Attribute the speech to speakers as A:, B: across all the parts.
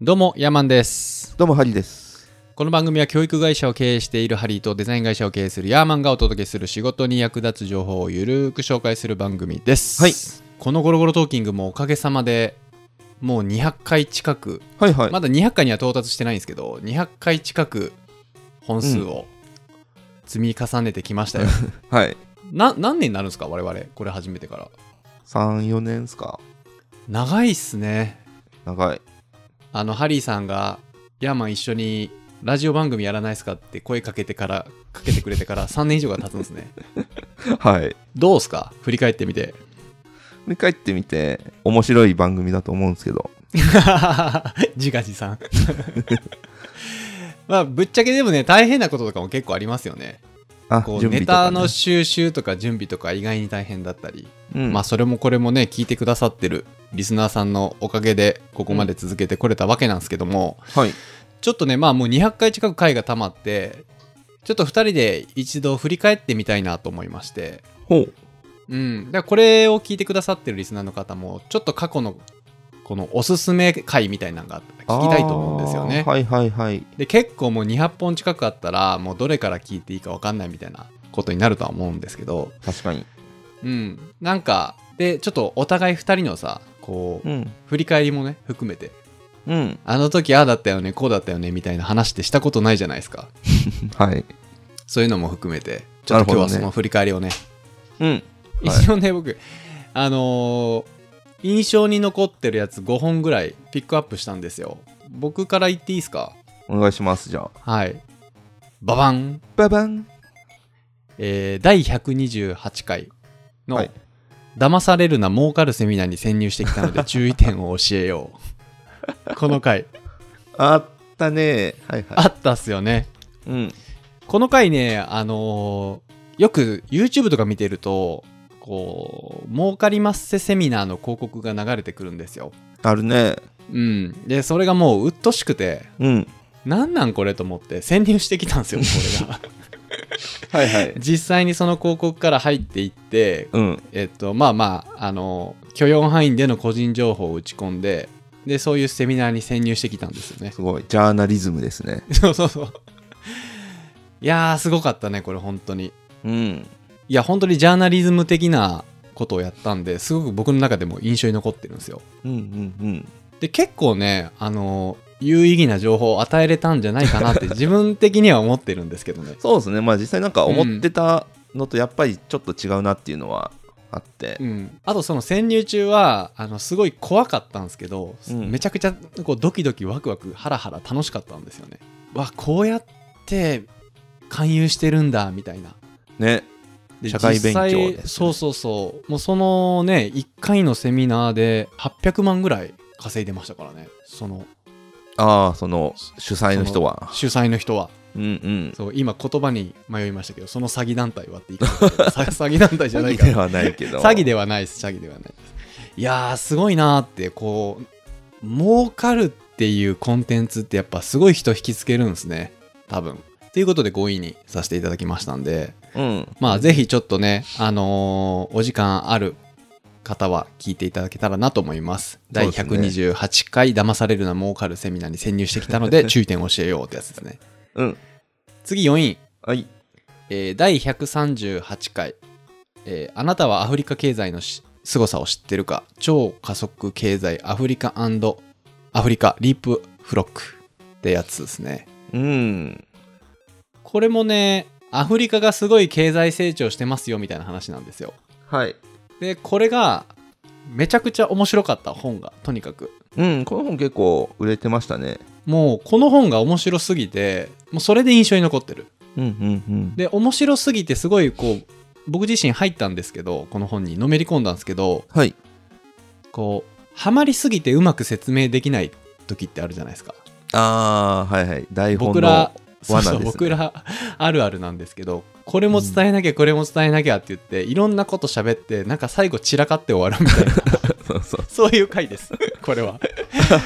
A: どうも、ヤーマンです。
B: どうもハリです。
A: この番組は教育会社を経営しているハリーとデザイン会社を経営するヤーマンがお届けする仕事に役立つ情報をゆるーく紹介する番組です。
B: はい
A: このゴロゴロトーキングもおかげさまで、もう200回近く、
B: はいはい。
A: まだ200回には到達してないんですけど、200回近く本数を積み重ねてきましたよ。
B: はい。
A: な、何年になるんですか我々、これ始めてから。
B: 3、4年ですか
A: 長いっすね。
B: 長い。
A: あの、ハリーさんが、ヤーマン一緒にラジオ番組やらないですかって声かけてから、かけてくれてから3年以上が経つんです ね。
B: はい。
A: どうっすか振り返ってみて。
B: 振り返ってみて、面白い番組だと思うんですけど。
A: 自画自賛。 まあ、ぶっちゃけでもね、大変なこととかも結構ありますよね。
B: あ、
A: こう、
B: 準備
A: ネ
B: とか、
A: タ
B: ね。
A: の収集とか準備とか意外に大変だったり、
B: うん、
A: まあ、それもこれもね、聞いてくださってるリスナーさんのおかげで、ここまで続けてこれたわけなんですけども、
B: はい。
A: ちょっとね、まあもう200回近く回が溜まって、ちょっと2人で一度振り返ってみたいなと思いまして、
B: ほう。
A: うん。だからこれを聞いてくださってるリスナーの方も、ちょっと過去のこのおすすめ回みたいなのが聞きたいと思うんですよね。
B: あーはいはいはい。
A: で、結構もう200本近くあったら、もうどれから聞いていいか分かんないみたいなことになるとは思うんですけど、
B: 確かに。
A: うん。なんか、で、ちょっとお互い2人のさ、こう
B: う、ん。
A: 振り返りもね、含めて、
B: うん。
A: あの時ああだったよね、こうだったよね、みたいな話ってしたことないじゃないですか。
B: はい。
A: そういうのも含めて、ちょ
B: な
A: っ
B: る
A: と
B: ほ
A: 今
B: ど
A: 日
B: ね
A: はその振り返りをね、
B: うん。はい
A: 一応ね、僕、あのー印象に残ってるやつ5本ぐらいピックアップしたんですよ。僕から言っていいですか
B: お願いします、じゃあ。
A: はい。ババン、
B: ババン。
A: えー第128回の、
B: はい
A: 騙されるな儲かるセミナーに潜入してきたので注意点を教えよ う。この回、
B: あったね。はいはい。
A: あったっすよね。
B: うん。
A: この回ね、あのーよく YouTube とか見てると、こう、儲かりますせセミナーの広告が流れてくるんですよ。
B: あるね。
A: うん。で、それがもう鬱陶しくて、
B: うん。
A: なんなんこれと思って潜入してきたんですよ、これが。
B: はいはい。
A: 実際にその広告から入っていって、
B: うん。
A: えっと、まあまあ、あのー許容範囲での個人情報を打ち込んで、で、そういうセミナーに潜入してきたんですよね。
B: すごい。ジャーナリズムですね。
A: そうそうそう。いやー、すごかったね、これ、本当に。
B: うん。
A: いや本当にジャーナリズム的なことをやったんですごく僕の中でも印象に残ってるんですよ
B: うんうん
A: で結構ねあの有意義な情報を与えれたんじゃないかなって自分的 には思ってるんですけどね
B: うん。そうですね。まあ実際なんか思ってたのとやっぱりちょっと違うなっていうのはあって
A: う。ん、あとその潜入中はあのすごい怖かったんですけど、
B: うん
A: めちゃくちゃこうドキドキワクワクハラハラ楽しかったんですよねわこうやって勧誘してるんだみたいな
B: ね。
A: で
B: 社会勉強
A: 実際
B: ですね
A: そうそうそうもうそのね1回のセミナーで800万ぐらい稼いでましたからねその
B: ああ、その主催の人は。
A: 主催の人は
B: うんうん。
A: そう今言葉に迷いましたけどその詐欺団体はって言い方 だけど詐詐欺団体じゃ
B: 詐
A: ない
B: 欺
A: か
B: で
A: ら
B: はないけど。
A: 詐欺ではないです詐欺ではないですいやーすごいなーってこう儲かるっていうコンテンツってやっぱすごい人引きつけるんですね多分ということで5位にさせていただきましたんで
B: うん。
A: まあ、ぜひちょっとね、あのーお時間ある方は聞いていただけたらなと思います。第
B: そうですね
A: 128回、騙されるな儲かるセミナーに潜入してきたの で、注意点を教えようってやつですね。
B: うん。
A: 次4位、
B: はい。
A: えー第138回、えーあなたはアフリカ経済のし凄さを知ってるか超加速経済アフリカアフリカリープフロックってやつですね。
B: うん。
A: これもね、アフリカがすごい経済成長してますよみたいな話なんですよ。
B: はい。
A: でこれがめちゃくちゃ面白かった本がとにかく
B: うん、この本結構売れてましたね。
A: もうこの本が面白すぎてもうそれで印象に残ってる
B: うんうんうん。
A: で面白すぎてすごいこう僕自身入ったんですけどこの本にのめり込んだんですけど
B: はい。
A: こうハマりすぎてうまく説明できない時ってあるじゃないですか
B: ああ、はいはい。台本
A: 僕
B: の
A: ら。そうそう
B: 罠ですね
A: 僕らあるあるなんですけどこれも伝えなきゃこれも伝えなきゃって言って、いろんなこと喋ってなんか最後散らかって終わるみたいな
B: そうそう。
A: そういう回です、これは。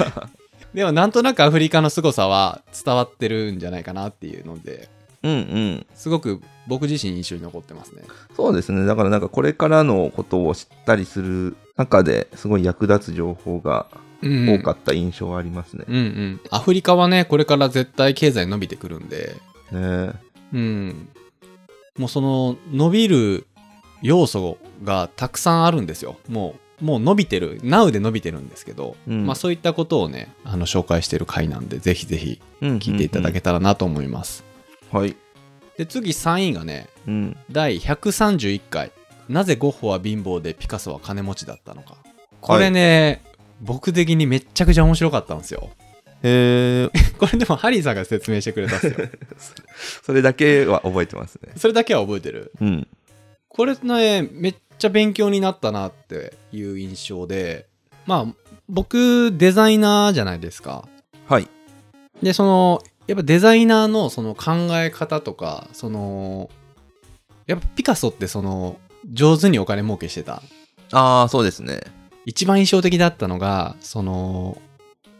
A: でもなんとなくアフリカの凄さは伝わってるんじゃないかなっていうので、
B: うんうん。
A: すごく僕自身印象に残ってますね。
B: そうですね。だからなんかこれからのことを知ったりする中ですごい役立つ情報が
A: うん、
B: 多かった印象はありますね。
A: うんうん。アフリカはね、これから絶対経済伸びてくるんで、
B: ね
A: うん。もうその伸びる要素がたくさんあるんですよ。もう、もう伸びてる、Now で伸びてるんですけど、
B: うん
A: まあそういったことをね、あの紹介してる回なんで、ぜひぜひ聞いていただけ
B: た、
A: たらなと思います。
B: はい、
A: で、次3位がね、
B: うん。
A: 第131回、なぜゴッホは貧乏でピカソは金持ちだったのか。これね、僕的にめっちゃくちゃ面白かったんですよ。
B: へえ、
A: これでもハリーさんが説明してくれたんですよ。
B: それだけは覚えてますね。
A: それだけは覚えてる。
B: うん。
A: これね、めっちゃ勉強になったなっていう印象で、まあ、僕、デザイナーじゃないですか。
B: はい。
A: で、その、やっぱデザイナーのその考え方とか、その、やっぱピカソってその、上手にお金儲けしてた。
B: ああ、そうですね。
A: 一番印象的だったのが、その、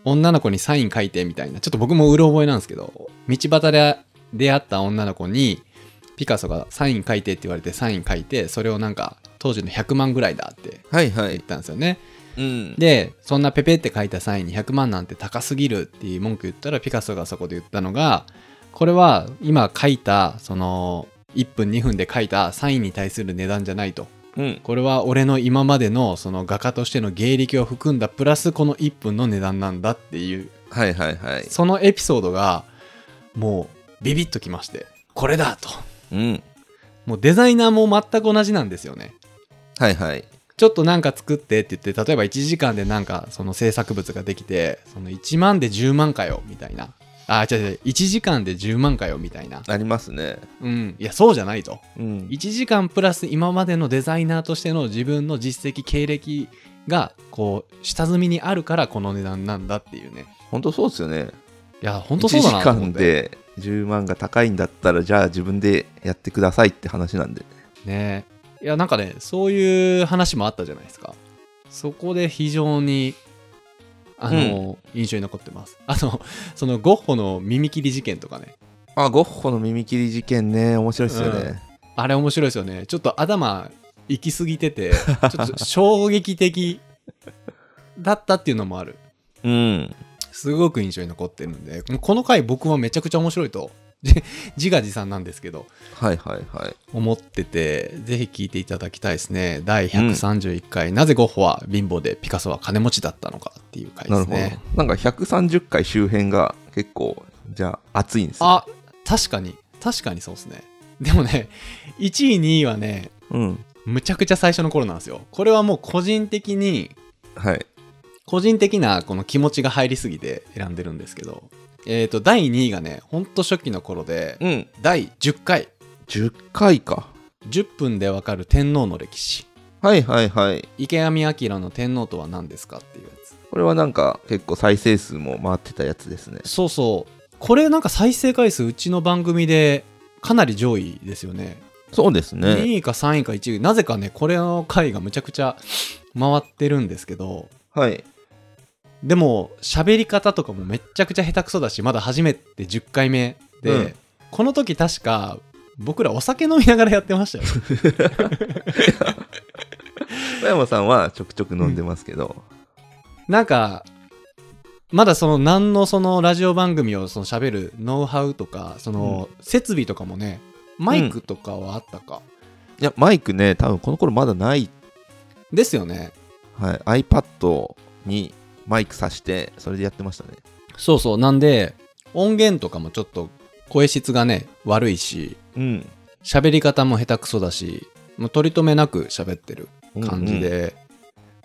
A: 女の子にサイン書いてみたいな、ちょっと僕もうろ覚えなんですけど、道端で出会った女の子に、ピカソがサイン書いてって言われてサイン書いて、それをなんか、当時の100万ぐらいだって
B: はいは
A: 言っ。たんですよね。
B: うん。
A: で、そんなペペって書いたサインに100万なんて高すぎるっていう文句言ったら、ピカソがそこで言ったのが、これは今書いた、その、1分2分で書いたサインに対する値段じゃないと。
B: うん。
A: これは俺の今までのその画家としての芸歴を含んだプラスこの1分の値段なんだっていう
B: はいはいはい。
A: そのエピソードがもうビビッときましてこれだと
B: うん。
A: もうデザイナーも全く同じなんですよね
B: はいはい。
A: ちょっとなんか作ってって言って例えば1時間でなんかその制作物ができてその1万で10万かよみたいなあ違う違う1時間で10万かよみたいな
B: ありますね。
A: うんいやそうじゃないと
B: うん。
A: 1時間プラス今までのデザイナーとしての自分の実績経歴がこう下積みにあるからこの値段なんだっていうね
B: 本当そうですよね。
A: いや本
B: 1
A: 当そうだな
B: 時
A: と思っ
B: 間
A: て
B: で10万が高いんだったら、じゃあ自分でやってくださいって話なんで。
A: ねいやなんかねそういう話もあったじゃないですかそこで非常にあの、印象に残ってます あのそのゴッホの耳切り事件とかね
B: あ、ゴッホの耳切り事件ね、面白いですよ
A: うん
B: ね。
A: あれ面白いですよねちょっと頭行き過ぎててちょっと衝撃的だったっていうのもある
B: うん。
A: すごく印象に残ってるんで、もうこの回僕はめちゃくちゃ面白いと、 じ自画自賛なんですけど、
B: はいはいはい。
A: 思ってて、ぜひ聞いていただきたいですね。第131回、なぜゴッホは貧乏でピカソは金持ちだったのかっていう回で
B: なる
A: す
B: ほど
A: ね。。
B: なんか130回周辺が結構、じゃあ熱いんですね。
A: あ、確かに、確かにそうですね。でもね、1位、2位はね、
B: うん。
A: むちゃくちゃ最初の頃なんですよ。これはもう個人的に、
B: はい。
A: 個人的なこの気持ちが入りすぎて選んでるんですけど、えっ、と、第2位がね、ほんと初期の頃で、
B: うん。
A: 第10回、
B: 10回か。
A: 10分でわかる天皇の歴史
B: はいはいはい。
A: 池上彰の天皇とは何ですかっていうや
B: これはなんか結構再生数も回ってたやつですね
A: つ。そうそうこれなんか再生回数うちの番組でかなり上位ですよね
B: そうですね。
A: 2位か3位か1位なぜかねこれの回がむちゃくちゃ回ってるんですけど
B: はい。
A: でも喋り方とかもめっちゃくちゃ下手くそだしまだ初めて10回目で、
B: うん
A: この時確か僕らお酒飲みながらやってましたよ
B: 小山さんはちょくちょく飲んでますけど。
A: なんかまだその何のそのラジオ番組をその喋るノウハウとかその設備とかもねマイクとかはあったか、
B: いや、マイクね、多分この頃まだない。
A: ですよね
B: はい。iPad にマイク挿して、それでやってましたね。
A: そうそうなんで音源とかもちょっと声質がね悪いし
B: うん。
A: 喋り方も下手くそだしもう取り留めなく喋ってる感じ
B: うんうん。
A: で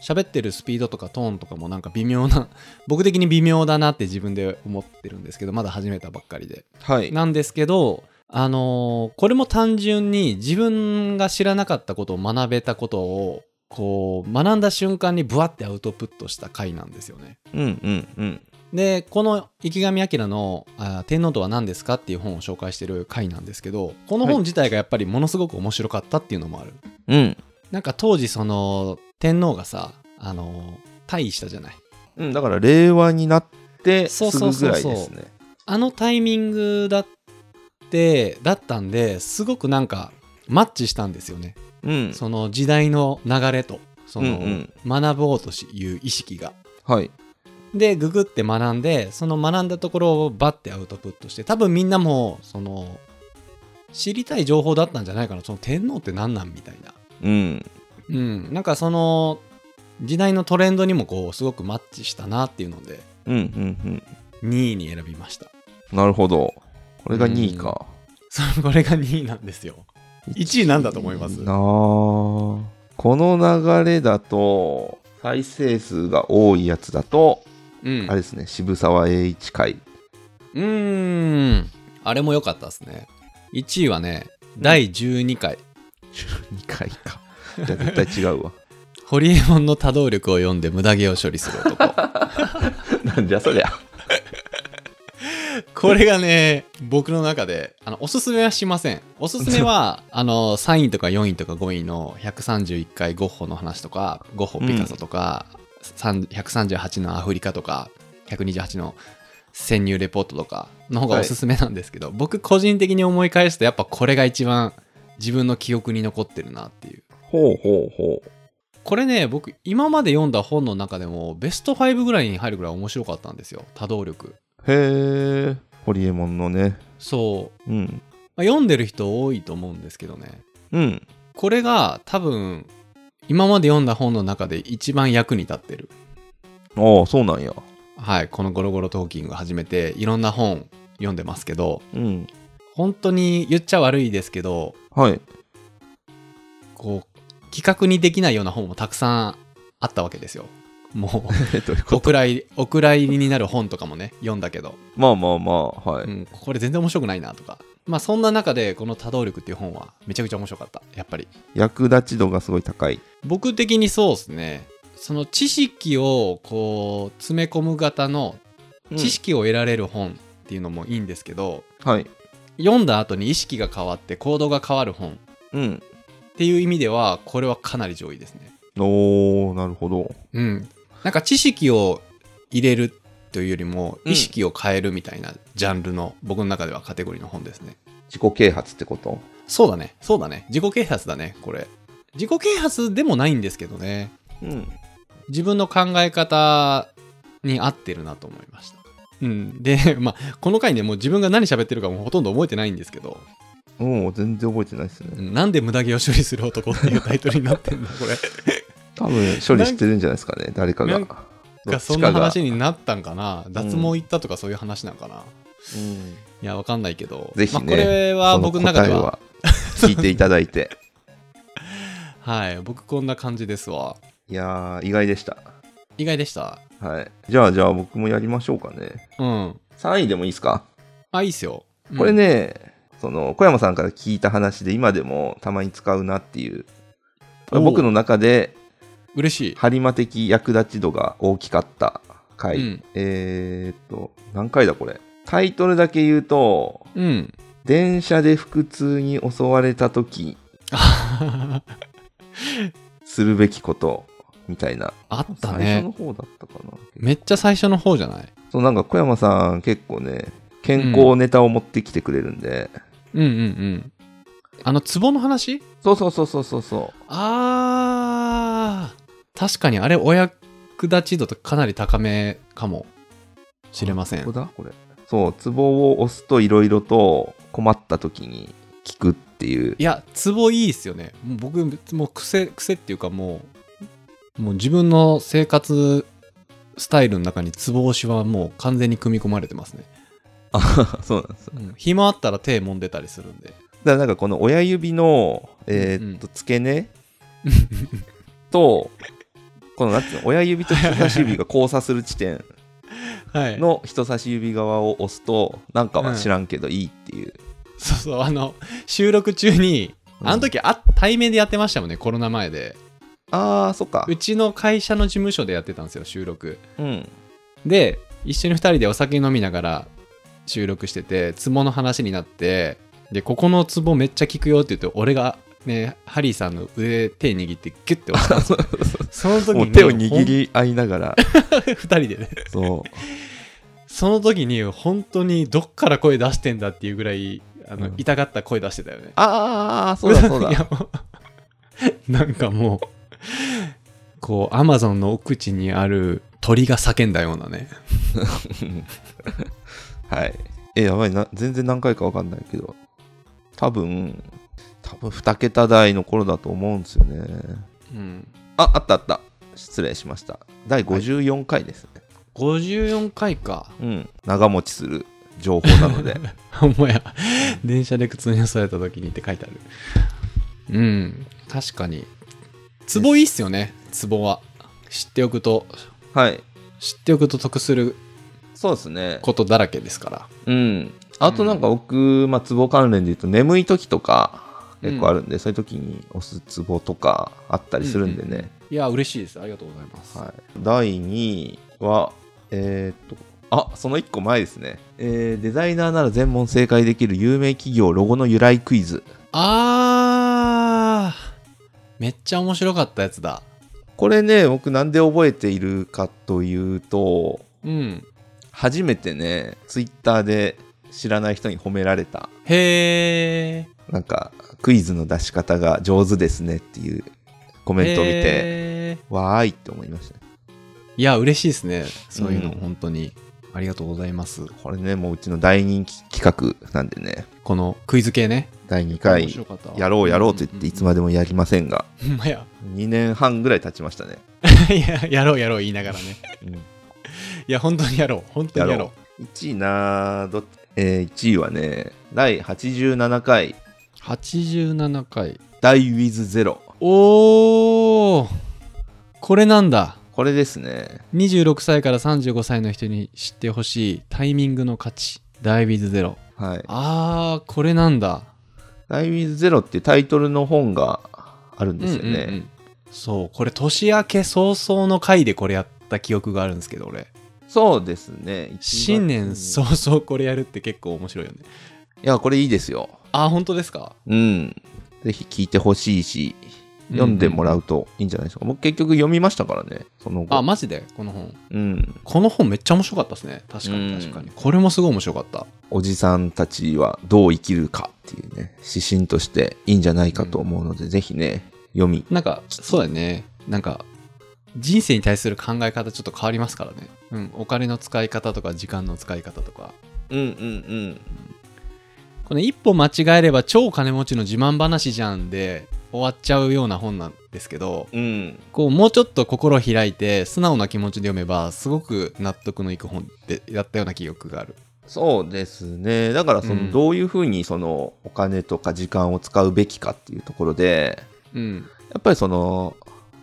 A: 喋、ってるスピードとかトーンとかもなんか微妙な僕的に微妙だなって自分で思ってるんですけどまだ始めたばっかりで
B: はい。
A: なんですけど、あのーこれも単純に自分が知らなかったことを学べたことをこう学んだ瞬間にブワッてアウトプットした回なんですよね。
B: うんうんうん。
A: でこの池上彰のあー「天皇とは何ですか?」っていう本を紹介してる回なんですけどこの
B: はい
A: 本自体がやっぱりものすごく面白かったっていうのもある。
B: うん。
A: なんか当時その天皇がさあのー退位したじゃない。
B: うん、だから令和になって
A: そ
B: す
A: う
B: ぐ
A: そうそ
B: ぐ
A: うそう
B: らいですね。
A: あのタイミングだってだったんですごくなんかマッチしたんですよね。
B: うん。
A: その時代の流れとその、
B: うん
A: 学ぼうという意識が
B: はい。
A: でググって学んでその学んだところをバッてアウトプットして多分みんなもその知りたい情報だったんじゃないかなその天皇って何なんみたいな
B: うん
A: うんなんかその時代のトレンドにもこうすごくマッチしたなっていうので
B: うんうんうん
A: 2位に選びました
B: なるほどこれが2位か
A: そうこれが2位なんです よ1位なんだと思います
B: なあこの流れだと再生数が多いやつだと、
A: うん
B: あれですね渋沢栄一会
A: うーんあれも良かったですね1位はね第12回
B: 2回かじゃあ絶対違うわ
A: ホリエモンの多動力を読んで無駄毛を処理する男
B: なんじゃそりゃ
A: これがね僕の中であのおすすめはしませんおすすめはあの3位とか4位とか5位の131回ゴッホの話とかゴッホピカソとか、3 138のアフリカとか128の潜入レポートとかの方がおすすめなんですけど、僕個人的に思い返すとやっぱこれが一番自分の記憶に残ってるなっていう
B: ほうほうほう
A: これね僕今まで読んだ本の中でもベスト5ぐらいに入るぐらい面白かったんですよ多動力
B: へえホリエモンのね
A: そう、
B: うん
A: まあ読んでる人多いと思うんですけどね
B: うん
A: これが多分今まで読んだ本の中で一番役に立ってる
B: ああそうなんや
A: はいこの「ゴロゴロトーキング」始めていろんな本読んでますけど
B: うん
A: 本当に言っちゃ悪いですけど
B: はい
A: こう企画にできないような本もたくさんあったわけですよも う
B: えどういう
A: お
B: こと
A: 蔵入りお蔵入りになる本とかもね読んだけど
B: まあまあまあはい、
A: うん、これ全然面白くないなとかまあそんな中でこの「多動力」っていう本はめちゃくちゃ面白かったやっぱり
B: 役立ち度がすごい高い
A: 僕的にそうですねその知識をこう詰め込む型の知識を得られる本っていうのもいいんですけど、
B: はい
A: 読んだ後に意識が変わって行動が変わる本っ
B: うん
A: ていう意味ではこれはかなり上位ですね
B: おーなるほど
A: うんなんか知識を入れるというよりも
B: うん
A: 意識を変えるみたいなジャンルの僕の中ではカテゴリーの本ですね
B: 自己啓発ってこと
A: そうだね、そうだね。自己啓発だね、これ。自己啓発でもないんですけどね、
B: うん
A: 自分の考え方に合ってるなと思いました。うん、で、 まあ、この回ね、もう自分が何喋ってるかもうほとんど覚えてないんですけど、
B: うん全然覚えてないですね
A: うんなんで無駄毛を処理する男っていうタイトルになってんの、 これ。
B: 多分処理してるんじゃないですかね誰かが
A: なん
B: どっちかが
A: がそんな話になったんかな、脱毛行ったとかそういう話なんかな。
B: うん
A: いや、わかんないけど、
B: ぜひね
A: まあ、これは
B: その
A: 僕の中で
B: 答え
A: は、
B: は聞いていただいて
A: はい、僕こんな感じですわ。
B: いやー意外でした
A: 意外でした。
B: はいじゃあじゃあ僕もやりましょうかね
A: うん。
B: 3位でもいいですか
A: あ、いいっすよ。うん
B: これね、その小山さんから聞いた話で今でもたまに使うなっていう
A: おう
B: 僕の中で
A: 嬉しい。
B: ハリマ的役立ち度が大きかった回、
A: うん
B: えーっと何回だこれタイトルだけ言うと
A: うん。
B: 「電車で腹痛に襲われた時
A: あ
B: するべきこと」みたいな、
A: った
B: 最初
A: ね
B: の。方だったかな
A: めっちゃ最初の方じゃない
B: そうなんか小山さん結構ね健康ネタを持ってきてくれるんで、
A: うんうんうん。あの、壺の話
B: そうそうそうそうそうそう
A: あー。確かにあれ、お役立ち度とかなり高めかもしれませ
B: ここ
A: ん。
B: だこれそうツボを押すといろいろと困った時に効くっていう
A: いや、壺いいっすよね。もう僕、もう癖、癖っていうかもう、もう自分の生活スタイルの中に壺押しはもう完全に組み込まれてますね。
B: そうなんですだか
A: 暇あったら手揉んでたりするんで。
B: らなんかこの親指のえーっと付け 根と、このなんていうの親指と人差し指が交差する地点
A: はい。
B: の人差し指側を押すとなんかは知らんけどいいっていう、
A: そうそう、あの、収録中に、
B: うん
A: あの時あ対面でやってましたもんね、コロナ前で。
B: あーそっか
A: うちの会社の事務所でやってたんですよ、収録。
B: うん
A: で、一緒に2人でお酒飲みながら収録してて、ツボの話になって、で、ここのツボめっちゃ効くよって言って、俺がね、ハリーさんの腕手握ってギュッて押したんですよ。 その時に、
B: もう手を握り合いながら
A: 2人でね。
B: そう
A: その時に、本当にどっから声出してんだっていうぐらい、あの、
B: うん
A: 痛かった声出してたよね。
B: ああそうだそう
A: いや
B: だ
A: もうなんかもう、こう、アマゾンの奥地にある鳥が叫んだようなね。
B: はい。え、やばいな。全然何回かわかんないけど。多分、多分2桁台の頃だと思うんですよね。
A: うん。
B: あ、あったあった。失礼しました。第54回ですね。
A: 54回か。
B: うん。長持ちする情報なので。
A: ほんまや。電車で靴に刺された時にって書いてある。うん。確かに。ツボいいっすよね。ツボは。知っておくと、
B: はい。
A: 知っておくと得する
B: そうですね。
A: ことだらけですから。
B: うん。あとなんか僕、まあ、ツボ関連で言うと、眠い時とか、結構あるんで、そういう時に押すツボとかあったりするんでね。
A: いや、嬉しいです。ありがとうございます。
B: はい、第2位は、えーっと、あその1個前ですね、えーデザイナーなら全問正解できる有名企業ロゴの由来クイズ。
A: あー、めっちゃ面白かったやつだ。
B: これね、僕なんで覚えているかというと、
A: うん。
B: 初めてね、ツイッターで知らない人に褒められた、
A: へー。
B: なんか、クイズの出し方が上手ですねっていうコメントを見て、
A: へ
B: わーいって思いましたね。
A: ーいや、嬉しいですね。そういうの、
B: うん
A: 本当に。ありがとうございます。
B: これね、もううちの大人気企画なんでね、
A: このクイズ系ね。
B: 第2回
A: 面白かったわ
B: やろうやろうと言っていつまでもやりませんが、
A: ほんまや。
B: 2年半ぐらい経ちましたね。
A: いや、やろうやろう言いながらね。いや、本当にやろう。本当にやろう。
B: やろ1位なーどっ、えー、1位はね、第87回、
A: 87回。
B: 大 WithZero。
A: おーこれなんだ。
B: これですね。
A: 26歳から35歳の人に知ってほしいタイミングの価値。ダイビズゼロ。
B: はい。
A: あー、これなんだ。
B: 大 WithZero っていうタイトルの本があるんですよね。
A: うんうんうんそう、これ年明け早々の回でこれやった記憶があるんですけど、俺。
B: そうですね。
A: 新年
B: そう。
A: 早々これやるって結構面白いよね。
B: いや、これいいですよ。
A: あー、本当ですか
B: うん。ぜひ聞いてほしいし、読んでもらうといいんじゃないですか。僕結局読みましたからね、その後。
A: あ、マジでこの本。
B: うん。
A: この本めっちゃ面白かったですね。確かに確かに。これもすごい面白かった。
B: おじさんたちはどう生きるかっていうね、指針としていいんじゃないかと思うので、ぜひね、読み
A: なんか、そうだよね。なんか、人生に対する考え方ちょっと変わりますからね。うん。お金の使い方とか、時間の使い方とか。
B: うんうん
A: この一歩間違えれば超金持ちの自慢話じゃんで終わっちゃうような本なんですけど、
B: うんうん
A: こう、もうちょっと心開いて、素直な気持ちで読めば、すごく納得のいく本でやったような記憶がある。
B: そうですねだからその、
A: うん
B: どういうふうにそのお金とか時間を使うべきかっていうところで
A: うん。
B: やっぱりその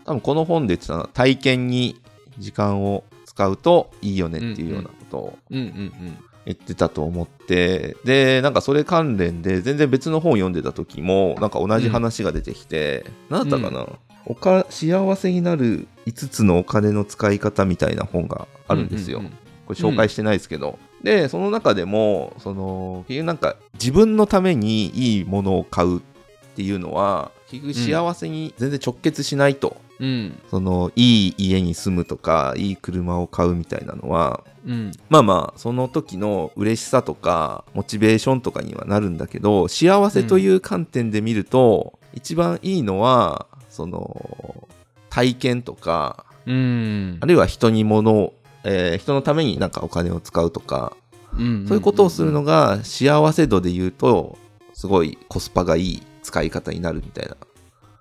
B: 多分この本で言ってたのは体験に時間を使うといいよねっていうようなことを
A: うんうんうん。
B: 言ってたと思って、でなんかそれ関連で全然別の本を読んでた時もなんか同じ話が出てきて、なんだったかな、おか幸せになる5つのお金の使い方みたいな本があるんですよ、
A: うう
B: これ紹介してないですけど、でその中でもその結局なんか自分のためにいいものを買うっていうのは結局幸せに全然直結しないと、
A: うん。
B: そのいい家に住むとかいい車を買うみたいなのは
A: うん。
B: まあまあその時の嬉しさとかモチベーションとかにはなるんだけど幸せという観点で見ると、一番いいのはその体験とか
A: うん。
B: あるいは人に物を、えー人のためになんかお金を使うとか
A: うん
B: そういうことをするのが幸せ度で言うとすごいコスパがいい使い方になるみたいな。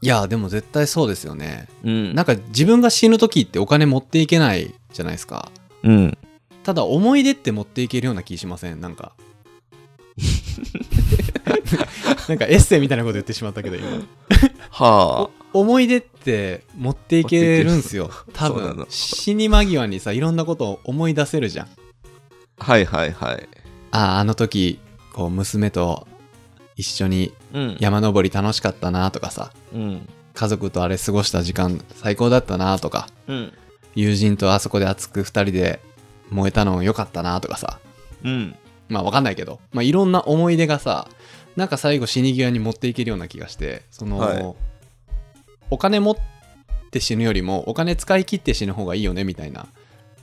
A: いやでも絶対そうですよね
B: うん
A: なんか自分が死ぬ時ってお金持っていけないじゃないですか
B: うん、
A: ただ思い出って持っていけるような気しませんなん かなんかエッセイみたいなこと言ってしまったけど今
B: はあ
A: お思い出って持っていけるん すよ多
B: そうな
A: 分
B: の
A: 死に間際にさいろんなことを思い出せるじゃん
B: はいはいはい。
A: あああの時こう娘と一緒に
B: うん
A: 山登り楽しかったなとかさ
B: うん
A: 家族とあれ過ごした時間最高だったなとか
B: うん
A: 友人とあそこで熱く2人で燃えたの良かったなとかさ
B: うん
A: まあわかんないけど、まあ、いろんな思い出がさなんか最後死に際に持っていけるような気がしてその、
B: はい
A: お金持って死ぬよりもお金使い切って死ぬ方がいいよねみたいな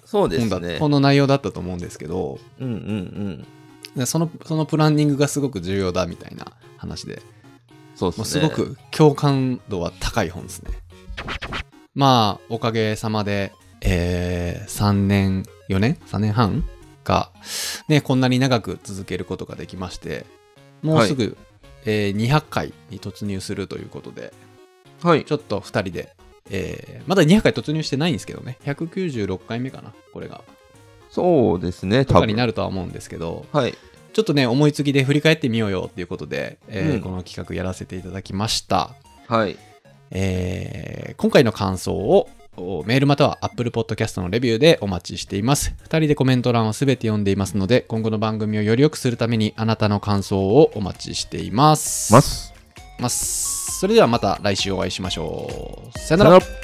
B: そうで
A: 本
B: す
A: だ、
B: ね。
A: 本の内容だったと思うんですけど
B: うんうんうん。
A: でそのそのプランニングがすごく重要だみたいな話で
B: そうです
A: もう
B: ね。
A: すごく共感度は高い本ですね。まあおかげさまでえー3年4年3年半が、ね、こんなに長く続けることができましてもうすぐ、えー200回に突入するということで
B: はい
A: ちょっと2人で、えーまだ200回突入してないんですけどね196回目かなこれが
B: そうですね
A: と
B: 多
A: かに
B: 分
A: なるとは思うんですけど
B: はい
A: ちょっとね思いつきで振り返ってみようよっていうことで、えー
B: うん
A: この企画やらせていただきました
B: はい
A: えー今回の感想をおメールまたは Apple Podcast のレビューでお待ちしています。2人でコメント欄をすべて読んでいますので、今後の番組をより良くするためにあなたの感想をお待ちしています。
B: ます
A: ますそれではまた来週お会いしましょう。さよな
B: さよ
A: ら
B: な。ら